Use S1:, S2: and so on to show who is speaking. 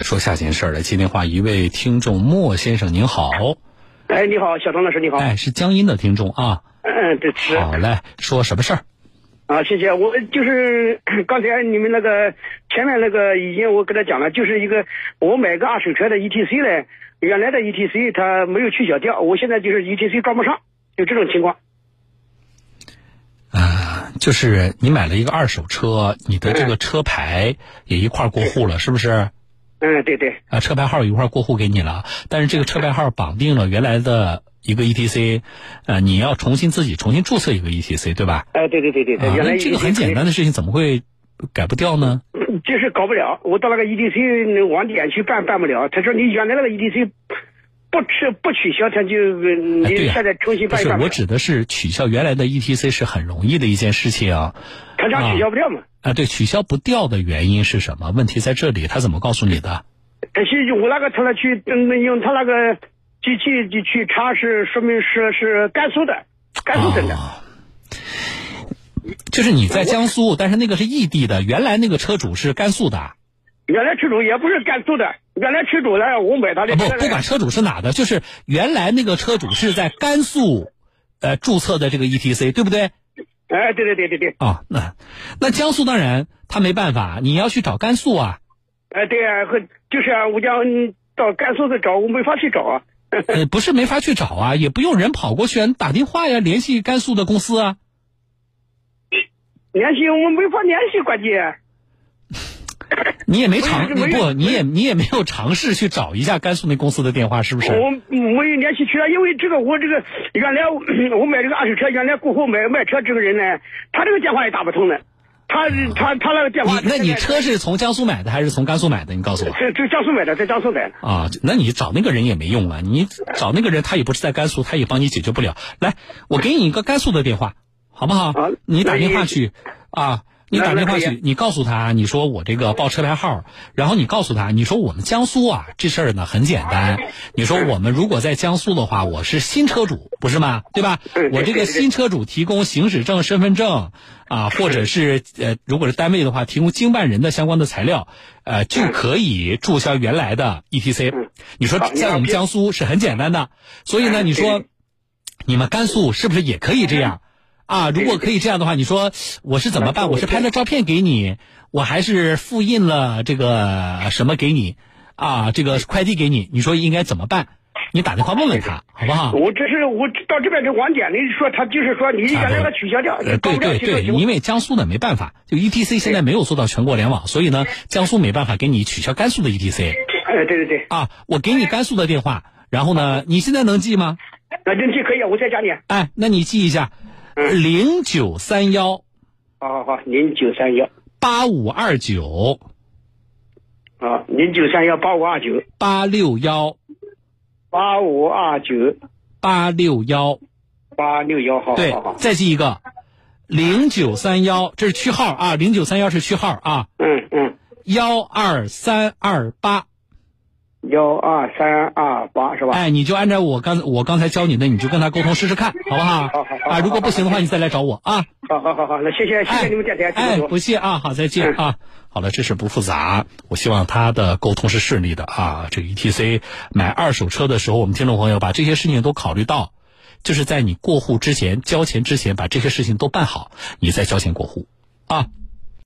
S1: 说下件事儿来接电话，一位听众莫先生您好，
S2: 哎，你好，小张老师，你好。
S1: 哎，是江阴的听众啊，
S2: 嗯，对，是
S1: 好嘞，说什么事儿？
S2: 啊，谢谢。我就是 刚才你们那个前面那个已经我跟他讲了，就是一个我买个二手车的 ETC 嘞，原来的 ETC 它没有取消掉，我现在就是 ETC 装不上，就这种情况。
S1: 就是你买了一个二手车，你的这个车牌也一块儿过户了，是不是？
S2: 嗯，对对，
S1: 啊，车牌号一块儿过户给你了，但是这个车牌号绑定了原来的一个 E ETC，呃，你要重新自己重新注册一个 ETC，对吧？
S2: 哎，对对对对对，
S1: 啊，
S2: 原来
S1: 那这个很
S2: ETC
S1: 简 单的事情怎么会改不掉呢？
S2: 就是搞不了，我到那个 E EDC 网点去办，办不了。他说你原来那个 EDC 不取不取消，他就呃
S1: 哎对
S2: 你
S1: 呀
S2: 现在重新
S1: 不
S2: 办一
S1: 是，
S2: 办。
S1: 我指的是取消原来的 ETC 是很容易的一件事情啊。
S2: 他家取消不掉嘛？
S1: 啊，对，取消不掉的原因是什么？问题在这里，他怎么告诉你的？
S2: 可惜我那个他那去嗯用他那个机器去去查是说明是是甘肃的，甘肃整的。
S1: 啊就是你在江苏，但是那个是异地的，原来那个车主是甘肃的啊，
S2: 原来车主也不是甘肃的，原来车主呢，我买他的
S1: 不
S2: 车呢
S1: 哦不管车主是哪的，就是原来那个车主是在甘肃，呃，注册的这个 ETC，对不对？
S2: 哎，对对对对对，
S1: 啊，那那江苏当然他没办法，你要去找甘肃啊，
S2: 哎对啊，和就是啊，我讲嗯到甘肃去找，我没法去找啊。
S1: 呃，不是没法去找啊，也不用人跑过去啊，你打电话呀，联系甘肃的公司啊。
S2: 联系我没法联系，关键。
S1: 你也没尝，
S2: 不
S1: 你
S2: 是
S1: 不，
S2: 不是
S1: 你也你也没有尝试去找一下甘肃那公司的电话，是不是？
S2: 我没有联系渠道，因为这个我这个原来 我买这个二手车，原来过户买卖车这个人呢，他这个电话也打不通的，他他他那个电
S1: 你
S2: 话，
S1: 那你
S2: 这
S1: 车是从江苏买的还是从甘肃买的？你告 诉我
S2: 这这江苏买的，在江苏买的，
S1: 啊！那你找那个人也没用啊，你找那个人他也不是在甘肃，他也帮你解决不了。来，我给你一个甘肃的电话，好不好
S2: 啊？
S1: 你打电话
S2: 那
S1: 去啊。你打
S2: 那
S1: 电话
S2: 那可
S1: 去，你告诉他，你说我这个报车牌号，然后你告诉他，你说我们江苏啊，这事儿呢很简单。你说我们如果在江苏的话，我是新车主，不是吗？对吧？
S2: 对对
S1: 我这个
S2: 对对
S1: 新车主提供行驶证、身份证啊，或者是呃，如果是单位的话，提供经办人的相关的材料，呃，就可以注销原来的 ETC
S2: 嗯。
S1: 你说
S2: 好你
S1: 在我
S2: 要
S1: 们
S2: 别
S1: 江苏是很简单的，所以呢，你
S2: 对
S1: 说
S2: 对
S1: 你们甘肃是不是也可以这样？啊，如果可以这样的话，你说我是怎么办？我是拍了照片给你，我还是复印了这个什么给你，啊，这个快递给你，你说应该怎么办？你打电话问问他，好不好？
S2: 我这是我到这边这网点，你说他就是说你原来的取消掉，
S1: 呃，对对对，因为江苏呢没办法，就 ETC 现在没有做到全国联网，所以呢，江苏没办法给你取消甘肃的 ETC
S2: 哎对对对，
S1: 啊。我给你甘肃的电话，然后呢，你现在能记吗？
S2: 那这这可以，我在家里，啊
S1: 哎，那你记一下，
S2: 嗯
S1: 零九三幺
S2: 好好好，零九三幺
S1: 八五二九
S2: 啊，零九三幺八五二九
S1: 八六幺
S2: 八五二九
S1: 八六幺，
S2: 八六幺，好
S1: 对
S2: 好好，，
S1: 再记一个零九三幺，这是区号啊，零九三幺是区号啊，
S2: 嗯嗯，
S1: 幺二三二八。
S2: 幺二三二八是吧？
S1: 哎，你就按照我刚我刚才教你的，你就跟他沟通试试看，好不好？
S2: 好好好
S1: 啊，如果不行的话，你再来找我啊。
S2: 好好好好，那谢谢谢谢
S1: 哎
S2: 你们电嗯台，
S1: 哎，
S2: 这么多
S1: 不谢啊，好，再见啊。好了，这事不复杂，我希望他的沟通是顺利的啊。这个 ETC 买二手车的时候，我们听众朋友把这些事情都考虑到，就是在你过户之前、交钱之前，把这些事情都办好，你再交钱过户啊。